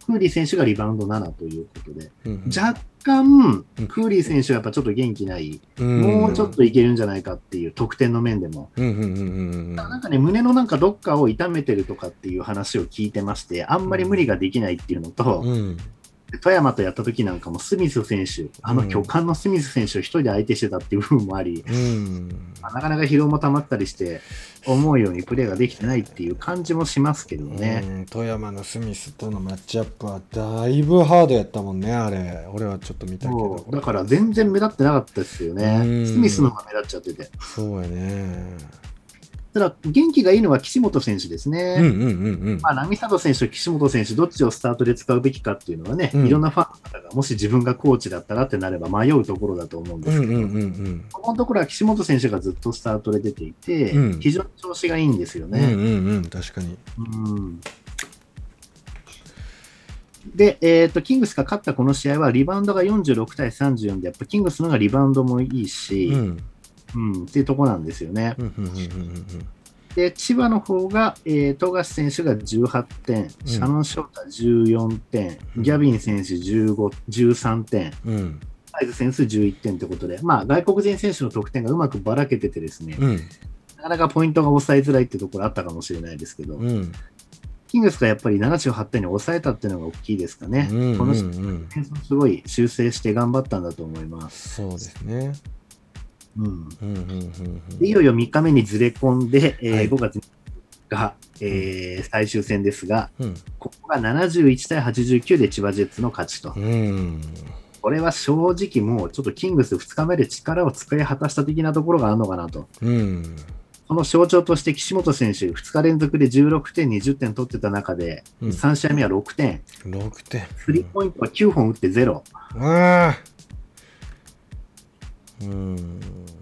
Speaker 3: クーリー選手がリバウンド7ということで、
Speaker 2: うんうん
Speaker 3: 若干
Speaker 2: うん、
Speaker 3: クーリー選手はやっぱちょっと元気ない、
Speaker 2: うん
Speaker 3: もうちょっといけるんじゃないかっていう得点の面でも、
Speaker 2: うんうんうんうんうん
Speaker 3: なんかね、胸のなんかどっかを痛めてるとかっていう話を聞いてまして、あんまり無理ができないっていうのと、
Speaker 2: うん
Speaker 3: 富山とやった時なんかもスミス選手、あの巨漢のスミス選手を一人で相手してたっていう部分もあり、
Speaker 2: うん
Speaker 3: まあなかなか疲労も溜まったりして、思うようにプレーができてないっていう感じもしますけどね。
Speaker 2: うん富山のスミスとのマッチアップはだいぶハードやったもんねあれ俺はちょっと見たけ
Speaker 3: そ
Speaker 2: ど
Speaker 3: うだから全然目立ってなかったですよ
Speaker 2: うん
Speaker 3: ね。スミスの方が目立っちゃってて。
Speaker 2: そうやね
Speaker 3: ただ、元気がいいのは岸本選手です
Speaker 2: うんう
Speaker 3: ね。
Speaker 2: んうんうん
Speaker 3: まあ、波里選手と岸本選手、どっちをスタートで使うべきかっていうのはね、
Speaker 2: うん
Speaker 3: いろんなファンの方が、もし自分がコーチだったらってなれば迷うところだと思うんで
Speaker 2: うん
Speaker 3: す
Speaker 2: う
Speaker 3: け
Speaker 2: ん
Speaker 3: ど、
Speaker 2: うんうん
Speaker 3: ここのところは岸本選手がずっとスタートで出ていて、
Speaker 2: うん
Speaker 3: 非常に調子がいいんですよ
Speaker 2: うんう
Speaker 3: ね。
Speaker 2: んうん確かに
Speaker 3: うんで、えーと、キングスが勝ったこの試合は、リバウンドが46対34で、やっぱキングスの方がリバウンドもいいし、
Speaker 2: う
Speaker 3: うん
Speaker 2: ん
Speaker 3: っていうところなんですよね。
Speaker 2: うんうんうんうん
Speaker 3: で、千葉の方が、えー、富樫選手が18点、シャノン・ショータ14点、
Speaker 2: うん
Speaker 3: ギャビン選手15 13点、
Speaker 2: うんうん
Speaker 3: サイズ選手11点ということで、まあ、外国人選手の得点がうまくばらけててですね、
Speaker 2: うん
Speaker 3: なかなかポイントが抑えづらいってところあったかもしれないですけど、
Speaker 2: うん
Speaker 3: キングスがやっぱり78点に抑えたっていうのが大きいですかね。
Speaker 2: うん
Speaker 3: この
Speaker 2: う
Speaker 3: 試合
Speaker 2: んうん
Speaker 3: すごい修正して頑張ったんだと思います。
Speaker 2: そうですね
Speaker 3: うん
Speaker 2: うんうんうん
Speaker 3: でいよいよ3日目にずれ込んで、えー
Speaker 2: はい
Speaker 3: 5月が、えー最終戦ですが、
Speaker 2: うん
Speaker 3: ここが71対89で千葉ジェッツの勝ちと
Speaker 2: う。ん
Speaker 3: これは正直もうちょっとキングス2日目で力を使い果たした的なところがあるのかなと。
Speaker 2: うん
Speaker 3: この象徴として岸本選手2日連続で16点、20点取ってた中で、
Speaker 2: うん
Speaker 3: 3試合目は6点、
Speaker 2: 6点
Speaker 3: スリーポイントは9本打って0、
Speaker 2: わあうん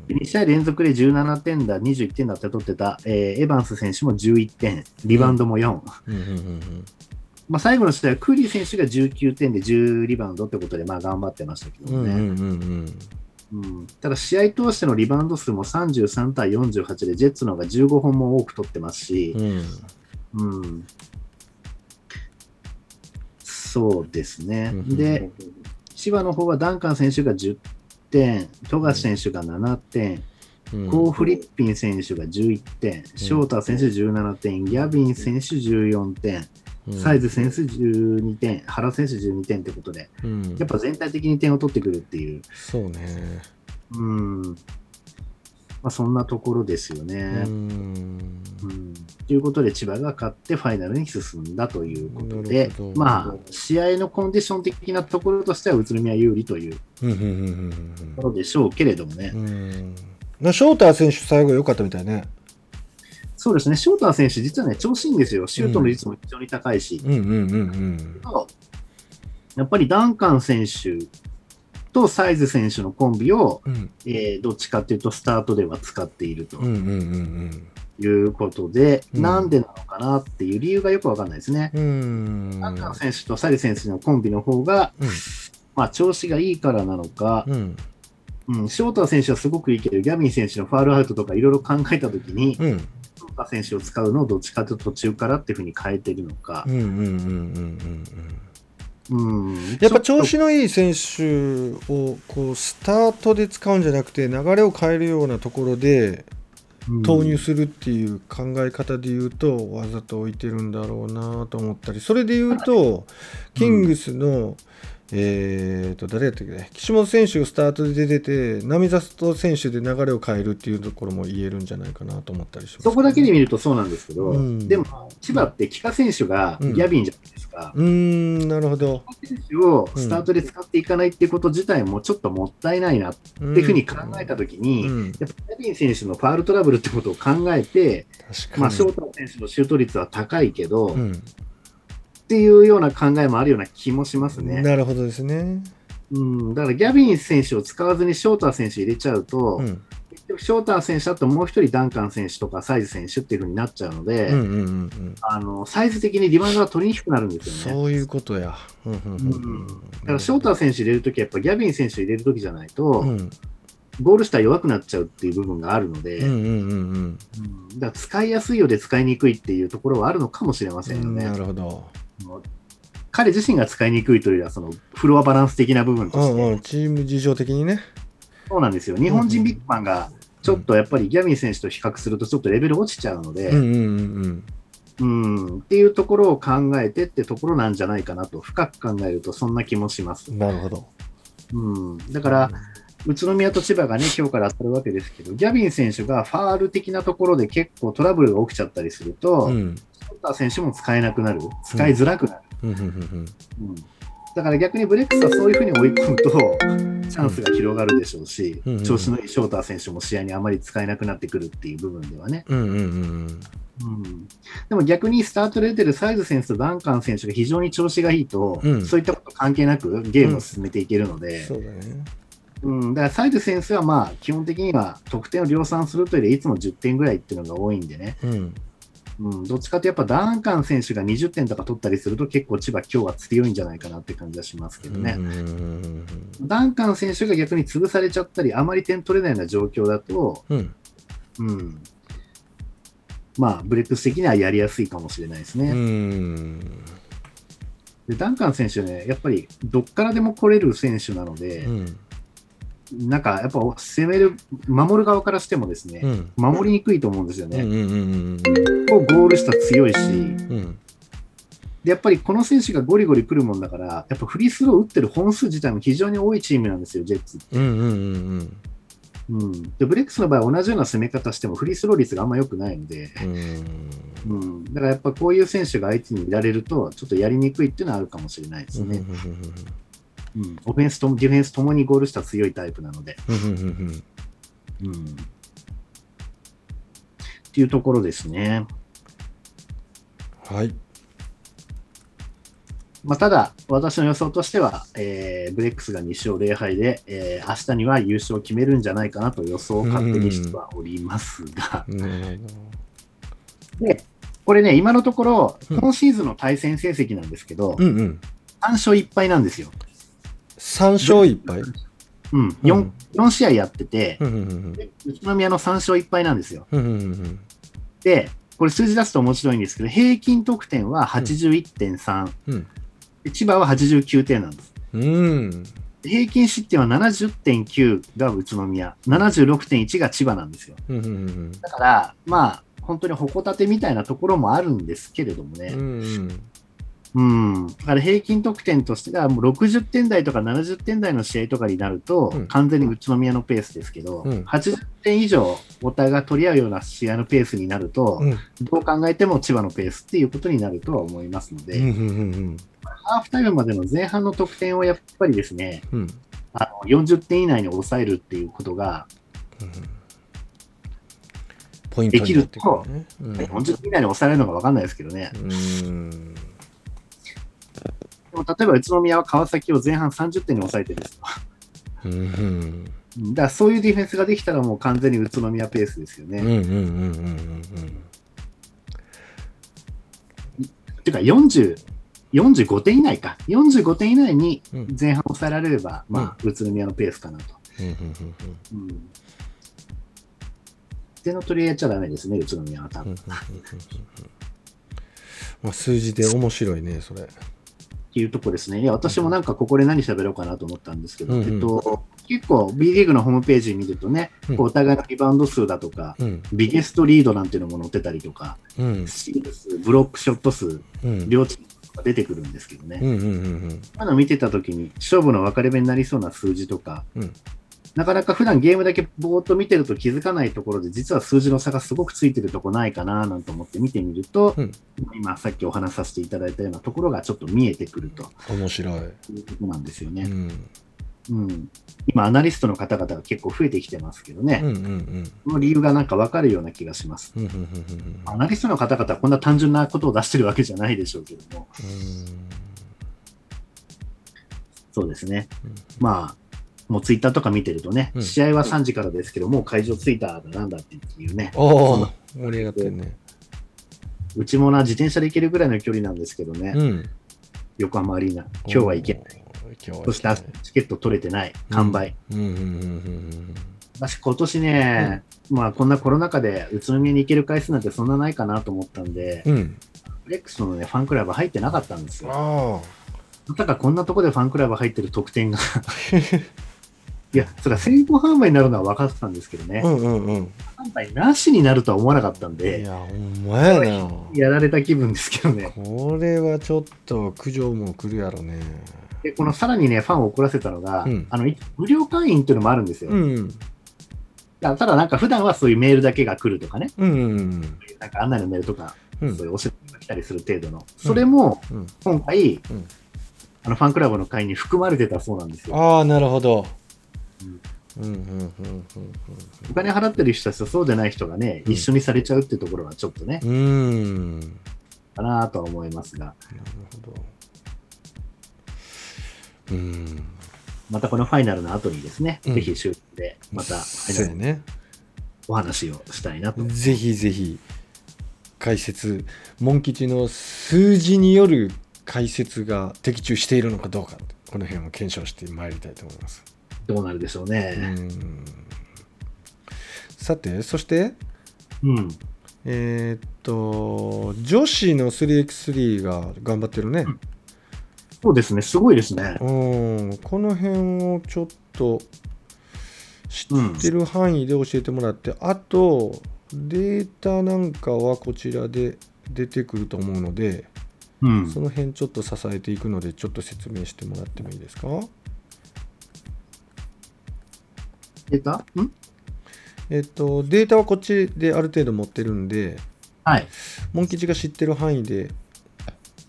Speaker 3: 2試合連続で17点だ、21点だって取ってた、えーエヴァンス選手も11点、リバウンドも4、
Speaker 2: うんうんうん
Speaker 3: まあ、最後の試合はクーリー選手が19点で10リバウンドってことで、まあ頑張ってましたけ
Speaker 2: う
Speaker 3: ど
Speaker 2: んうん
Speaker 3: ね、
Speaker 2: うんうん
Speaker 3: うんただ試合通してのリバウンド数も33対48で、ジェッツの方が15本も多く取ってますし、
Speaker 2: うん
Speaker 3: うんそうですね。
Speaker 2: うん
Speaker 3: で、千葉の方はダンカン選手が10点、富樫選手が7点、
Speaker 2: うん
Speaker 3: コー・フリッピン選手が11点、ショーター選手17点、ギャビン選手14点、サイズ選手12点、原選手12点ってことで、
Speaker 2: うん
Speaker 3: やっぱ全体的に点を取ってくるっていう、
Speaker 2: そうね
Speaker 3: うん、まあ、そんなところですよ
Speaker 2: う
Speaker 3: ね。
Speaker 2: ん
Speaker 3: うんということで、千葉が勝ってファイナルに進んだということ
Speaker 2: なる
Speaker 3: で
Speaker 2: ほ、ど
Speaker 3: まあ、試合のコンディション的なところとしては宇都宮有利という
Speaker 2: うんうんうんうん
Speaker 3: ところでしょうけれどもね、
Speaker 2: うんうんショーター選手最後良かったみたいね
Speaker 3: そうですね、ショーター選手、実はね、調子いいんですよ、シュートの率も非常に高いし、
Speaker 2: うんうんうんうん
Speaker 3: やっぱりダンカン選手とサイズ選手のコンビを、
Speaker 2: うん
Speaker 3: えーどっちかというとスタートでは使っていると
Speaker 2: うんうんうん
Speaker 3: いうことで、
Speaker 2: うん
Speaker 3: なんでなのかなっていう理由がよくわかんないですね。
Speaker 2: うんうん
Speaker 3: ダンカン選手とサイズ選手のコンビの方が、
Speaker 2: うん
Speaker 3: まあ、調子がいいからなのか、
Speaker 2: うん
Speaker 3: うん、ショーター選手はすごくいいけど、ギャビン選手のファールアウトとかいろいろ考えたときに、シ
Speaker 2: うんうん
Speaker 3: ョーター選手を使うのをどっちかというと途中からっていうふうに変えてるのか
Speaker 2: う、んうんうんうんうん
Speaker 3: うん、
Speaker 2: やっぱ
Speaker 3: ちょ
Speaker 2: 調
Speaker 3: と
Speaker 2: 子のいい選手をこうスタートで使うんじゃなくて流れを変えるようなところで投入するっていう考え方で言うとわざと置いてるんだろうなと思ったりそれで言うとキングスのえーと誰やったっけね岸本選手がスタートで出てて波里選手で流れを変えるっていうところも言えるんじゃないかなと思ったりしますけど
Speaker 3: そ
Speaker 2: ね
Speaker 3: こだけで見るとそうなんですけど、
Speaker 2: うん
Speaker 3: でも千葉って帰化選手がギャビンじゃないですか、
Speaker 2: うーんなるほど
Speaker 3: 選手をスタートで使っていかないっていうこと自体もちょっともったいないなって
Speaker 2: って
Speaker 3: いうふうに考えたときに、
Speaker 2: うん
Speaker 3: やっぱギャビン選手のファールトラブルってことを考えて、
Speaker 2: 確
Speaker 3: ま
Speaker 2: か
Speaker 3: あ、
Speaker 2: に
Speaker 3: ショート選手のシュート率は高いけど、
Speaker 2: う
Speaker 3: っ
Speaker 2: ん
Speaker 3: ていうような考えもあるような気もしますね。
Speaker 2: なるほどですね
Speaker 3: うん、だからギャビン選手を使わずにショーター選手入れちゃうと、
Speaker 2: うん
Speaker 3: 結局ショーター選手だともう一人ダンカン選手とかサイズ選手っていうふうになっちゃうので、
Speaker 2: うんうんうんうん
Speaker 3: あのサイズ的にリバウンドが取りにくくなるんですよね。
Speaker 2: そういうことや。うんうんうんうん
Speaker 3: だからショーター選手入れるときは、やっぱギャビン選手入れるときじゃないと、
Speaker 2: うん
Speaker 3: ゴール下弱くなっちゃうっていう部分があるので、
Speaker 2: うんうんうん
Speaker 3: うんだから使いやすいようで使いにくいっていうところはあるのかもしれま
Speaker 2: う
Speaker 3: せんよ
Speaker 2: ん。
Speaker 3: ね
Speaker 2: な。るほど。
Speaker 3: あの彼自身が使いにくいというよりは、そのフロアバランス的な部分
Speaker 2: う
Speaker 3: として、
Speaker 2: んうん、チーム事情的にね。
Speaker 3: そうなんですよ。日本人ビッグマンが、ちょっとやっぱりギャビン選手と比較すると、ちょっとレベル落ちちゃうので、
Speaker 2: うんうんうんうん。
Speaker 3: うん、っていうところを考えてってところなんじゃないかなと、深く考えるとそんな気もします。
Speaker 2: なるほど。
Speaker 3: うん、だから、宇都宮と千葉がね、今日から当たるわけですけど、ギャビン選手がファール的なところで結構トラブルが起きちゃったりすると、
Speaker 2: うん、う
Speaker 3: シ
Speaker 2: ん
Speaker 3: ョッター選手も使えなくなる、使いづらくなる。
Speaker 2: うんうん
Speaker 3: うんだから逆にブレックスはそういうふうに追い込むと、チャンスが広がるでしょうし、
Speaker 2: うん
Speaker 3: 調子のいいショーター選手も試合にあまり使えなくなってくるっていう部分ではね。
Speaker 2: うんうんうん
Speaker 3: うんでも逆にスタートで出てるサイズ選手とダンカン選手が非常に調子がいいと、
Speaker 2: うん
Speaker 3: そういったこと関係なくゲームを進めていけるの
Speaker 2: うん。
Speaker 3: で、
Speaker 2: そうだね。
Speaker 3: うんだからサイズ選手はまあ基本的には得点を量産するというよりいつも10点ぐらいっていうのが多いんでね、
Speaker 2: うん。
Speaker 3: うん、どっちかというとやっぱダンカン選手が20点とか取ったりすると結構千葉今日は強いんじゃないかなって感じはしますけどね。
Speaker 2: うんうんうん
Speaker 3: ダンカン選手が逆に潰されちゃったり、あまり点取れないような状況だと、
Speaker 2: うん。うん
Speaker 3: うん、まあ、ブレックス的にはやりやすいかもしれないですね。
Speaker 2: うん。
Speaker 3: でダンカン選手ね、やっぱりどっからでも来れる選手なので、
Speaker 2: うん。
Speaker 3: なんかやっぱ攻める、守る側からしてもです
Speaker 2: う
Speaker 3: ね、
Speaker 2: ん。
Speaker 3: 守りにくいと思うんですよ
Speaker 2: うんう
Speaker 3: ね。
Speaker 2: んうん
Speaker 3: こうゴール下強いし、
Speaker 2: うんうん
Speaker 3: でやっぱりこの選手がゴリゴリ来るもんだから、やっぱフリースロー打ってる本数自体も非常に多いチームなんですよ、ジェッツ。
Speaker 2: うんうんうん
Speaker 3: うん、でブレックスの場合、同じような攻め方してもフリースロー率があんま良くないので、
Speaker 2: うんうん
Speaker 3: うん、だからやっぱこういう選手が相手にいられると、ちょっとやりにくいっていうのはあるかもしれないですね。うん、オフェンスともディフェンスともにゴール下強いタイプなので。
Speaker 2: うん
Speaker 3: うんっていうところですね。
Speaker 2: はい。
Speaker 3: まあ、ただ、私の予想としては、えーブレックスが2勝0敗で、えー明日には優勝を決めるんじゃないかなと予想を勝手にしてはおりますが、
Speaker 2: なる
Speaker 3: でこれね、今のところ、
Speaker 2: うん
Speaker 3: 今シーズンの対戦成績なんですけど、
Speaker 2: ほど。うんうん。
Speaker 3: 3勝1敗なんですよ。
Speaker 2: 三勝一敗。
Speaker 3: うん、
Speaker 2: う
Speaker 3: 4,
Speaker 2: ん
Speaker 3: 4試合やってて、
Speaker 2: うんうんうん
Speaker 3: で宇都宮の3勝1敗なんですよ。
Speaker 2: うんうんうん
Speaker 3: で、これ数字出すと面白いんですけど、平均得点は81.3、
Speaker 2: うん
Speaker 3: で千葉は89点なんです。
Speaker 2: うん。
Speaker 3: 平均失点は70.9が宇都宮、76.1が千葉なんですよ。
Speaker 2: うんうんうん
Speaker 3: だから、まあ、本当に矛盾みたいなところもあるんですけれども
Speaker 2: う
Speaker 3: ね。
Speaker 2: んうん
Speaker 3: うん。だから平均得点としては、もう60点台とか70点台の試合とかになると、
Speaker 2: うん
Speaker 3: 完全に宇都宮のペースですけど、
Speaker 2: うん
Speaker 3: 80点以上お互いが取り合うような試合のペースになると、
Speaker 2: うん
Speaker 3: どう考えても千葉のペースっていうことになるとは思いますので、
Speaker 2: うんうんうん
Speaker 3: ハーフタイムまでの前半の得点をやっぱりですね、
Speaker 2: うん
Speaker 3: あの40点以内に抑えるっていうことが、
Speaker 2: ポイントになってくるね。うん
Speaker 3: 40点以内に抑えるのか分かんないですけどね、
Speaker 2: うん
Speaker 3: でも例えば宇都宮は川崎を前半30点に抑えてるんですよ。
Speaker 2: うんうん
Speaker 3: うんだからそういうディフェンスができたらもう完全に宇都宮ペースですよね。
Speaker 2: うんうんうんうんうん
Speaker 3: ていうか40、45点以内か、45点以内に
Speaker 2: うん
Speaker 3: 前半抑えられれば、まあ、宇都宮のペースかなと。
Speaker 2: うんうんうんうん
Speaker 3: うん点の取り合いやっちゃだめですね、宇都宮は
Speaker 2: う
Speaker 3: 多
Speaker 2: んうん
Speaker 3: 分。
Speaker 2: うんうんうんまあ数字で面白いねそれ。
Speaker 3: っていうとこですね。いや、私もなんかここで何喋ろうかなと思ったんですけど、
Speaker 2: うんうん
Speaker 3: えっと、結構 B リーグのホームページ見るとね、
Speaker 2: うん
Speaker 3: こうお互いのリバウンド数だとか、
Speaker 2: うん
Speaker 3: ビゲストリードなんていうのも載ってたりとか、
Speaker 2: うん
Speaker 3: スチール数、ブロックショット数、
Speaker 2: うん
Speaker 3: 両チームが出てくるんですけど
Speaker 2: う
Speaker 3: ね、
Speaker 2: んうんうん
Speaker 3: 今の見てたときに、勝負の分かれ目になりそうな数字とか、
Speaker 2: うん
Speaker 3: なかなか普段ゲームだけぼーっと見てると気づかないところで、実は数字の差がすごくついてるとこないかななんて思って見てみると、
Speaker 2: うん
Speaker 3: 今さっきお話しさせていただいたようなところがちょっと見えてくると
Speaker 2: 面白い。
Speaker 3: いうことなんですよ
Speaker 2: う
Speaker 3: ね。
Speaker 2: ん
Speaker 3: うん、今、アナリストの方々が結構増えてきてますけどね
Speaker 2: うんう、んうん
Speaker 3: その理由がなんか分かるような気がします。
Speaker 2: うんうんうんうん
Speaker 3: アナリストの方々はこんな単純なことを出してるわけじゃないでしょうけども、そうですね。まあ、もうツイッターとか見てるとね、
Speaker 2: うん
Speaker 3: 試合は3時からですけど、もう会場着いただなんだっていうね、
Speaker 2: ああ盛り上がってるね。
Speaker 3: うちもな、自転車で行けるぐらいの距離なんですけどね、
Speaker 2: うん
Speaker 3: 横浜アリーナ、今日は行けない。。
Speaker 2: 今日は
Speaker 3: そして明日チケット取れてない、完売。。
Speaker 2: うんうんうん
Speaker 3: 私、今年ね、まあ、こんなコロナ禍で宇都宮に行ける回数なんてそんなないかなと思ったんで、
Speaker 2: うんうん。
Speaker 3: フレックスのね、ファンクラブ入ってなかったんですよ。
Speaker 2: ああ
Speaker 3: まさかこんなとこでファンクラブ入ってる
Speaker 2: (laughs)
Speaker 3: 特典が。いや、それは先行販売になるのは分かってたんですけどね、
Speaker 2: うんうんうん
Speaker 3: 販売なしになるとは思わなかったん
Speaker 2: い
Speaker 3: で、
Speaker 2: やほんまやな
Speaker 3: やられた気分ですけどね。
Speaker 2: これはちょっと苦情も来るやろね
Speaker 3: で、このさらにね、ファンを怒らせたのが、
Speaker 2: うん
Speaker 3: あの、い無料会員っていうのもあるんですよ。
Speaker 2: うん
Speaker 3: ただなんか普段はそういうメールだけが来るとかね、
Speaker 2: うんうん
Speaker 3: なんか案内のメールとか、
Speaker 2: う
Speaker 3: そうんいうお知らせが来たりする程度の、それも
Speaker 2: うん
Speaker 3: 今回、
Speaker 2: ん
Speaker 3: あのファンクラブの会に含まれてたそうなんですよ。
Speaker 2: ああなるほど
Speaker 3: うん
Speaker 2: うんうんうんうん
Speaker 3: お金払ってる人たちとそうじゃない人がね、
Speaker 2: うん
Speaker 3: 一緒にされちゃうっていうところはちょっとね、
Speaker 2: うんうんなる
Speaker 3: かなとは思いますが、
Speaker 2: ほどうん
Speaker 3: またこのファイナルの後にですね、
Speaker 2: うん
Speaker 3: ぜひ収録でまたファイ
Speaker 2: そ
Speaker 3: ナ
Speaker 2: う
Speaker 3: ル
Speaker 2: や
Speaker 3: の
Speaker 2: ね
Speaker 3: お話をしたいなと。
Speaker 2: ぜひぜひ解説モン吉の数字による解説が的中しているのかどうかこの辺を検証してまいりたいと思います
Speaker 3: どうなるでしょう
Speaker 2: う
Speaker 3: ね。
Speaker 2: んさてそして
Speaker 3: うん。
Speaker 2: えーっと女子の 3x3 が頑張ってるね、
Speaker 3: そうですね、すごいですね。
Speaker 2: うん、この辺をちょっと知ってる範囲で教えてもらって、あとデータなんかはこちらで出てくると思うので、
Speaker 3: うん
Speaker 2: そ。の辺ちょっと支えていくのでちょっと説明してもらってもいいですか
Speaker 3: 出たん
Speaker 2: えっとデータはこっちである程度持ってるんで
Speaker 3: はい。い
Speaker 2: モン吉が知ってる範囲で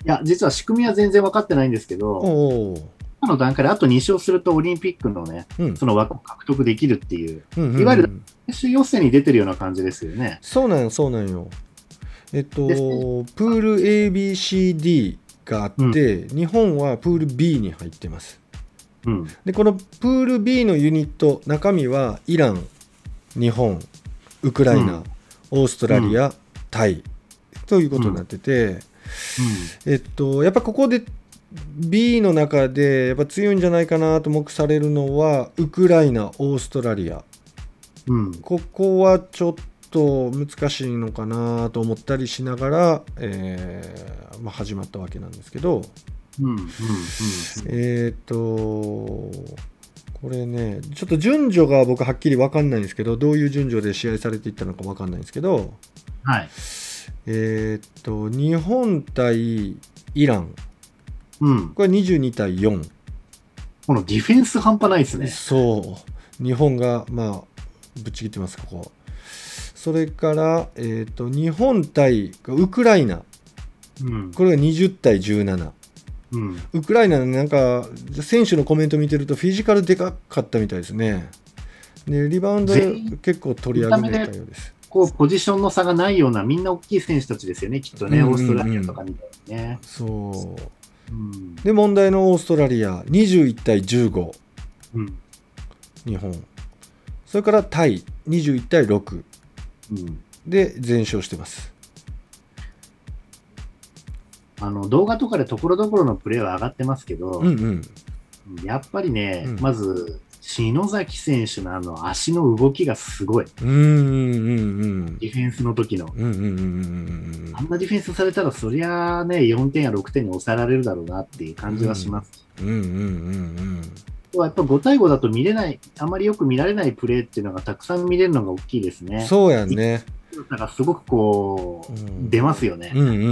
Speaker 3: や、実は仕組みは全然分かってないんですけど、
Speaker 2: おうおう
Speaker 3: 今の段階であと2勝するとオリンピックのね、
Speaker 2: うん
Speaker 3: その枠を獲得できるっていう、
Speaker 2: うんうんうん
Speaker 3: いわゆる最終予選に出てるような感じですよね。
Speaker 2: そうなんよそうなんよえっとプ
Speaker 3: で
Speaker 2: ール ABCD があって、日本はプール B に入ってます
Speaker 3: うん。
Speaker 2: でこのプール B のユニット中身はイラン日本ウクライナ、
Speaker 3: うん
Speaker 2: オーストラリア、タイということになってて、えっとやっぱここで B の中でやっぱ強いんじゃないかなと目されるのはウクライナオーストラリア
Speaker 3: うん。うん。
Speaker 2: ここはちょっと難しいのかなと思ったりしながら、えーまあ、始まったわけなんですけど、
Speaker 3: うん。うん。うん。
Speaker 2: えーっと、これね、ちょっと順序が僕はっきり分かんないんですけど、どういう順序で試合されていったのか分かんないんですけど、
Speaker 3: はい。
Speaker 2: えーっと、日本対イラン、
Speaker 3: うん。
Speaker 2: これ22対4。
Speaker 3: このディフェンス半端ないですね。
Speaker 2: そう、日本が、まあ、ぶっちぎってます、ここ。それから、えーっと、日本対ウクライナ、
Speaker 3: うん。
Speaker 2: これが20対17。
Speaker 3: うん。
Speaker 2: ウクライナのなんか選手のコメント見てるとフィジカルでかかったみたいですね。でリバウンド
Speaker 3: 全員
Speaker 2: 結構取り上げられたようです。
Speaker 3: こう、ポジションの差がないような、みんな大きい選手たちですよね、きっとね、
Speaker 2: うんうんうん
Speaker 3: オーストラリアとかみたいにね。
Speaker 2: そう
Speaker 3: うん。
Speaker 2: で問題のオーストラリア21対15
Speaker 3: うん。
Speaker 2: 日本それからタイ21対6
Speaker 3: うん。
Speaker 2: で全勝してます。
Speaker 3: あの、動画とかでところどころのプレーは上がってますけど、
Speaker 2: うんうん
Speaker 3: やっぱりね、
Speaker 2: うん
Speaker 3: まず、篠崎選手のあの足の動きがすごい。
Speaker 2: うんうんうん
Speaker 3: ディフェンスの時の。
Speaker 2: うんうんうんうんうん
Speaker 3: あんなディフェンスされたら、そりゃあね、4点や6点に抑えられるだろうなっていう感じはします。
Speaker 2: うんうんうん
Speaker 3: やっぱ5対5だと見れない、あまりよく見られないプレーっていうのがたくさん見れるのが大きいです
Speaker 2: うん
Speaker 3: ね。
Speaker 2: そうやんね。
Speaker 3: なんかすごくこう、
Speaker 2: うん
Speaker 3: 出ますよね
Speaker 2: う。んうんうんうんう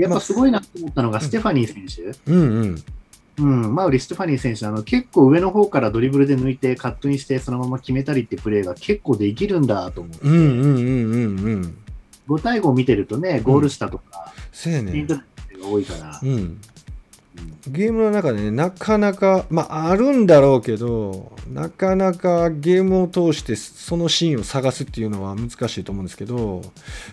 Speaker 2: ん
Speaker 3: やっぱすごいなと思ったのが、ステファニー選手。
Speaker 2: うんうんうん
Speaker 3: うん、マウリ・ステファニー選手、あの結構上の方からドリブルで抜いて、カットインして、そのまま決めたりってプレーが結構できるんだと思って、
Speaker 2: うんうんうんうんうん
Speaker 3: 5対5見てるとね、ゴール下とか、
Speaker 2: せやね
Speaker 3: ピン
Speaker 2: ん
Speaker 3: トのプレーが多いから
Speaker 2: う、ん、
Speaker 3: うん
Speaker 2: ゲームの中でねなかなかまああるんだろうけどなかなかゲームを通してそのシーンを探すっていうのは難しいと思うんですけど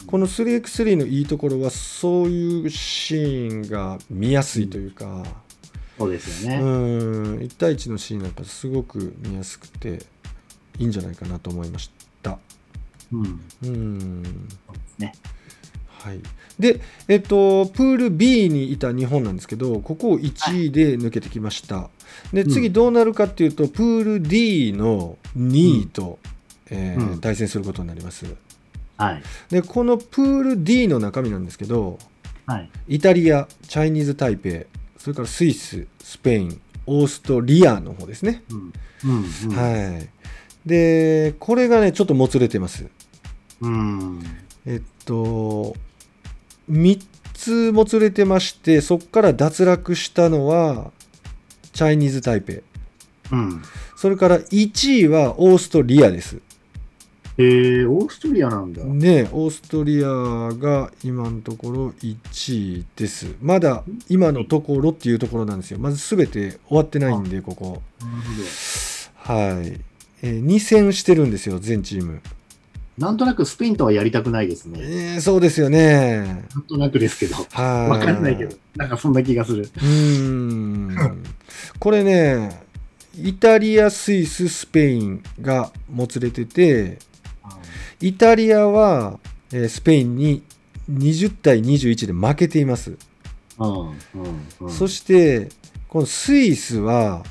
Speaker 2: この 3x3 のいいところはそういうシーンが見やすいというか
Speaker 3: そうですよ
Speaker 2: う
Speaker 3: ね。
Speaker 2: ん1対1のシーンなんかすごく見やすくていいんじゃないかなと思いました。
Speaker 3: うん
Speaker 2: うん
Speaker 3: そうですね。
Speaker 2: はい、で、えっと、プール B にいた日本なんですけど、ここを1位で抜けてきました。で、
Speaker 3: う
Speaker 2: 次
Speaker 3: ん
Speaker 2: どうなるかっていうと、プール D の2位と、えー
Speaker 3: うん
Speaker 2: 対戦することになります。
Speaker 3: はい。
Speaker 2: で、このプール D の中身なんですけど、
Speaker 3: はい。
Speaker 2: イタリア、チャイニーズ・台北、それからスイス、スペイン、オーストリアの方ですね。
Speaker 3: うん。うん。い。
Speaker 2: はい。で、これがね、ちょっともつれてます。
Speaker 3: うん。
Speaker 2: えっと、3つもつれてまして、そこから脱落したのは、チャイニーズ・台北。
Speaker 3: うん。
Speaker 2: それから1位はオーストリアです。
Speaker 3: えー、オーストリアなんだ。
Speaker 2: ねえオーストリアが今のところ1位です。まだ今のところっていうところなんですよ。まず全て終わってないんで、ここ。
Speaker 3: なるほど
Speaker 2: はい。えー、2戦してるんですよ、全チーム。
Speaker 3: なんとなくスペインとはやりたくないですね。
Speaker 2: えーそうですよね。
Speaker 3: なんとなくですけど。
Speaker 2: はい。
Speaker 3: わかんないけど。、なんかそんな気がする。
Speaker 2: うーん。これね、イタリア、スイス、スペインがもつれてて、イタリアは、えースペインに20対21で負けています。
Speaker 3: うん。うん。うん
Speaker 2: そして、このスイスは、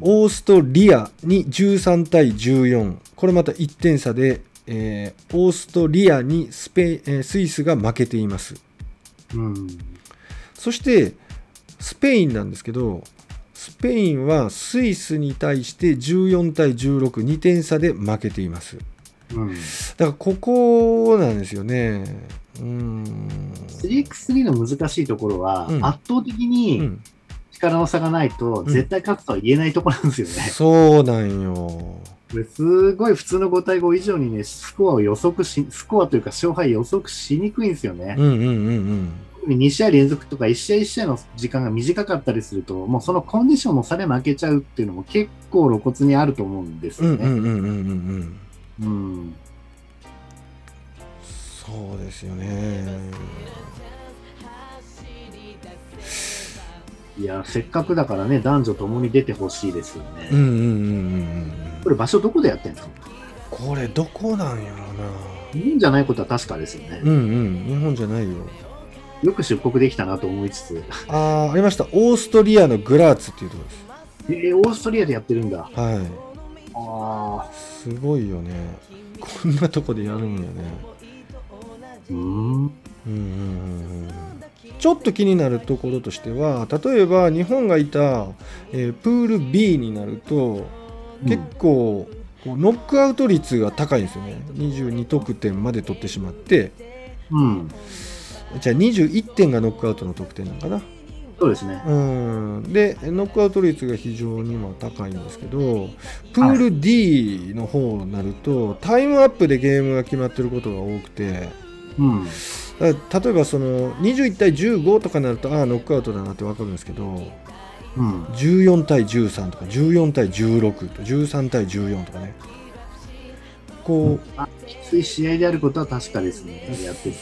Speaker 2: オーストリアに13対14。これまた1点差で、えーオーストリアにスペイン、えースイスが負けています。
Speaker 3: うん。
Speaker 2: そして、スペインなんですけど、スペインはスイスに対して14対16、2点差で負けています。
Speaker 3: うん。
Speaker 2: だからここなんですよね。うーん。
Speaker 3: 3x3 の難しいところは、
Speaker 2: うん
Speaker 3: 圧倒的
Speaker 2: う
Speaker 3: に
Speaker 2: ん、
Speaker 3: 力の差がないと、
Speaker 2: ん
Speaker 3: 絶対勝つとは言えないところなんですよね。
Speaker 2: そうなんよ。
Speaker 3: これすごい普通の5対5以上にね、スコアを予測し、スコアというか勝敗予測しにくいんですよね
Speaker 2: う。んうんうんうん。
Speaker 3: 特に2試合連続とか1試合1試合の時間が短かったりすると、もうそのコンディションの差で負けちゃうっていうのも結構露骨にあると思うんです
Speaker 2: う
Speaker 3: よ
Speaker 2: んうん
Speaker 3: ね。
Speaker 2: うんうんうんうん。
Speaker 3: うん。
Speaker 2: そうですよね。
Speaker 3: いや、せっかくだからね、男女ともに出てほしいですよね。
Speaker 2: うんうんうんうんうん。
Speaker 3: これ場所どこでやってんですか
Speaker 2: これどこなんやろな。
Speaker 3: 日本じゃないことは確かですよね。
Speaker 2: うんうん。日本じゃないよ。
Speaker 3: よく出国できたなと思いつつ、
Speaker 2: ああ、ありました。オーストリアのグラーツっていうとこです。
Speaker 3: えーオーストリアでやってるんだ。
Speaker 2: は
Speaker 3: ああ。
Speaker 2: い。すごいよね。こんなとこでやるんやね。
Speaker 3: うーん。
Speaker 2: うんうんうんうんちょっと気になるところとしては例えば日本がいた、えープール B になると結構、こうノックアウト率が高いんですよね22得点まで取ってしまって
Speaker 3: うん。
Speaker 2: じゃあ21点がノックアウトの得点なのかな
Speaker 3: そうですね。
Speaker 2: うんでノックアウト率が非常にまあ高いんですけどプール D の方になるとタイムアップでゲームが決まってることが多くて
Speaker 3: うん。
Speaker 2: だから例えばその21対15とかになるとああノックアウトだなって分かるんですけど
Speaker 3: うん。
Speaker 2: 14対13とか14対16と13対14とかねこ
Speaker 3: あ、きつい試合であることは確かですね。やってる。
Speaker 2: う、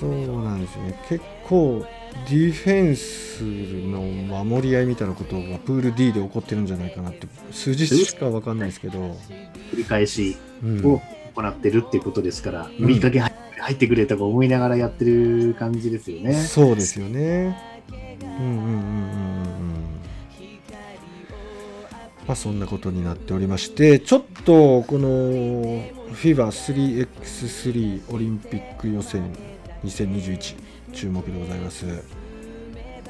Speaker 2: そうなんですよね結構ディフェンスの守り合いみたいなことがプール D で起こってるんじゃないかなって数字しか分かんないですけど、
Speaker 3: 繰り返し
Speaker 2: うん、
Speaker 3: を行ってるってことですから、
Speaker 2: うん
Speaker 3: 追いかけ入ってくれとか思いながらやってる感じですよね。
Speaker 2: そうですよね。うんうんうんうんうんうん。まあそんなことになっておりまして、ちょっとこの FIBA3x3 オリンピック予選2021注目でございます、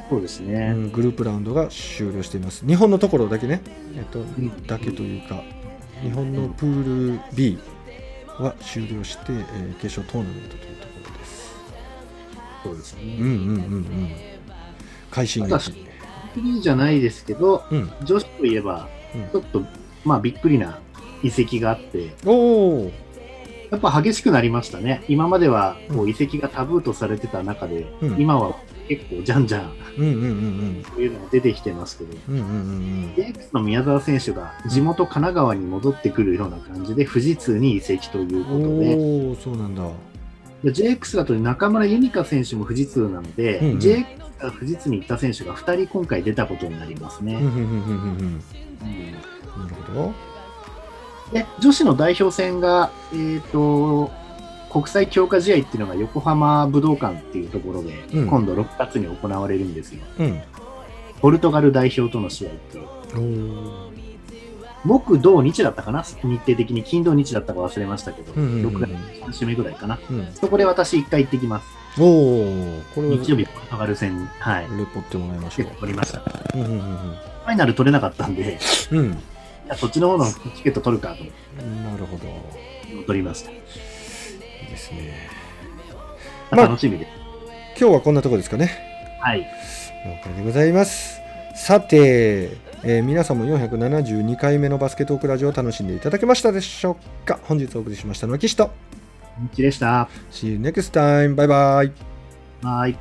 Speaker 3: そうです
Speaker 2: う
Speaker 3: ね。
Speaker 2: んグループラウンドが終了しています。日本のところだけね、えっと
Speaker 3: ん
Speaker 2: だけというか、日本のプール B は終了して、えー決勝トーナメントというところです。
Speaker 3: そうです
Speaker 2: うん
Speaker 3: ね。
Speaker 2: うんうんうん。快進
Speaker 3: ただ
Speaker 2: 撃。
Speaker 3: フリーじゃないですけど、
Speaker 2: うん。
Speaker 3: 女子といえば
Speaker 2: うん、
Speaker 3: ちょっと、まあ、びっくりな遺跡があって、
Speaker 2: おお。
Speaker 3: やっぱ激しくなりましたね。今まではこう遺跡がタブーとされてた中で、
Speaker 2: うん
Speaker 3: 今は結構じゃんじゃん、
Speaker 2: うんうんうん
Speaker 3: こういうのが出てきてますけど、
Speaker 2: うん。うんうんうんうん。
Speaker 3: DX の宮沢選手が地元神奈川に戻ってくるような感じで富士通に移籍ということで
Speaker 2: おお、そうなんだ。う
Speaker 3: で JX だと中村由美香選手も富士通なので、
Speaker 2: うんうん
Speaker 3: JX から富士通に行った選手が2人今回出たことになりますね、
Speaker 2: んうんうんうんうん
Speaker 3: うん
Speaker 2: うん。なるほど。
Speaker 3: で女子の代表戦が、えー、と国際強化試合っていうのが横浜武道館っていうところで、
Speaker 2: うん
Speaker 3: 今度6月に行われるんですよ
Speaker 2: うん。
Speaker 3: ポルトガル代表との試合っていう
Speaker 2: おお。
Speaker 3: 木土日だったかな日程的に金土日だったか忘れましたけど、
Speaker 2: うんうんうん
Speaker 3: 6月3週目ぐらいかな
Speaker 2: うん。
Speaker 3: そこで私一回行ってきます。
Speaker 2: おおこれは
Speaker 3: 日曜日、ポルトガル戦に、はい、
Speaker 2: レポってもらいまし
Speaker 3: チケ
Speaker 2: ょ
Speaker 3: ット取りました。フ
Speaker 2: う。うんうんうん
Speaker 3: ァイナル取れなかったんで、 (laughs)
Speaker 2: うんうん
Speaker 3: いやそっちの方のチケット取るかと思っ
Speaker 2: なるほど。
Speaker 3: て取りました。
Speaker 2: いいですね。まあ
Speaker 3: 楽しみです。
Speaker 2: 今日はこんなとこですかね。
Speaker 3: はい。
Speaker 2: 了解でございます。さて、えー皆さんも472回目のバスケットオークラジオを楽しんでいただけましたでしょうか本日お送りしましたのは岸と。
Speaker 3: 日でした。
Speaker 2: See you next time. バイバイ。
Speaker 3: はい。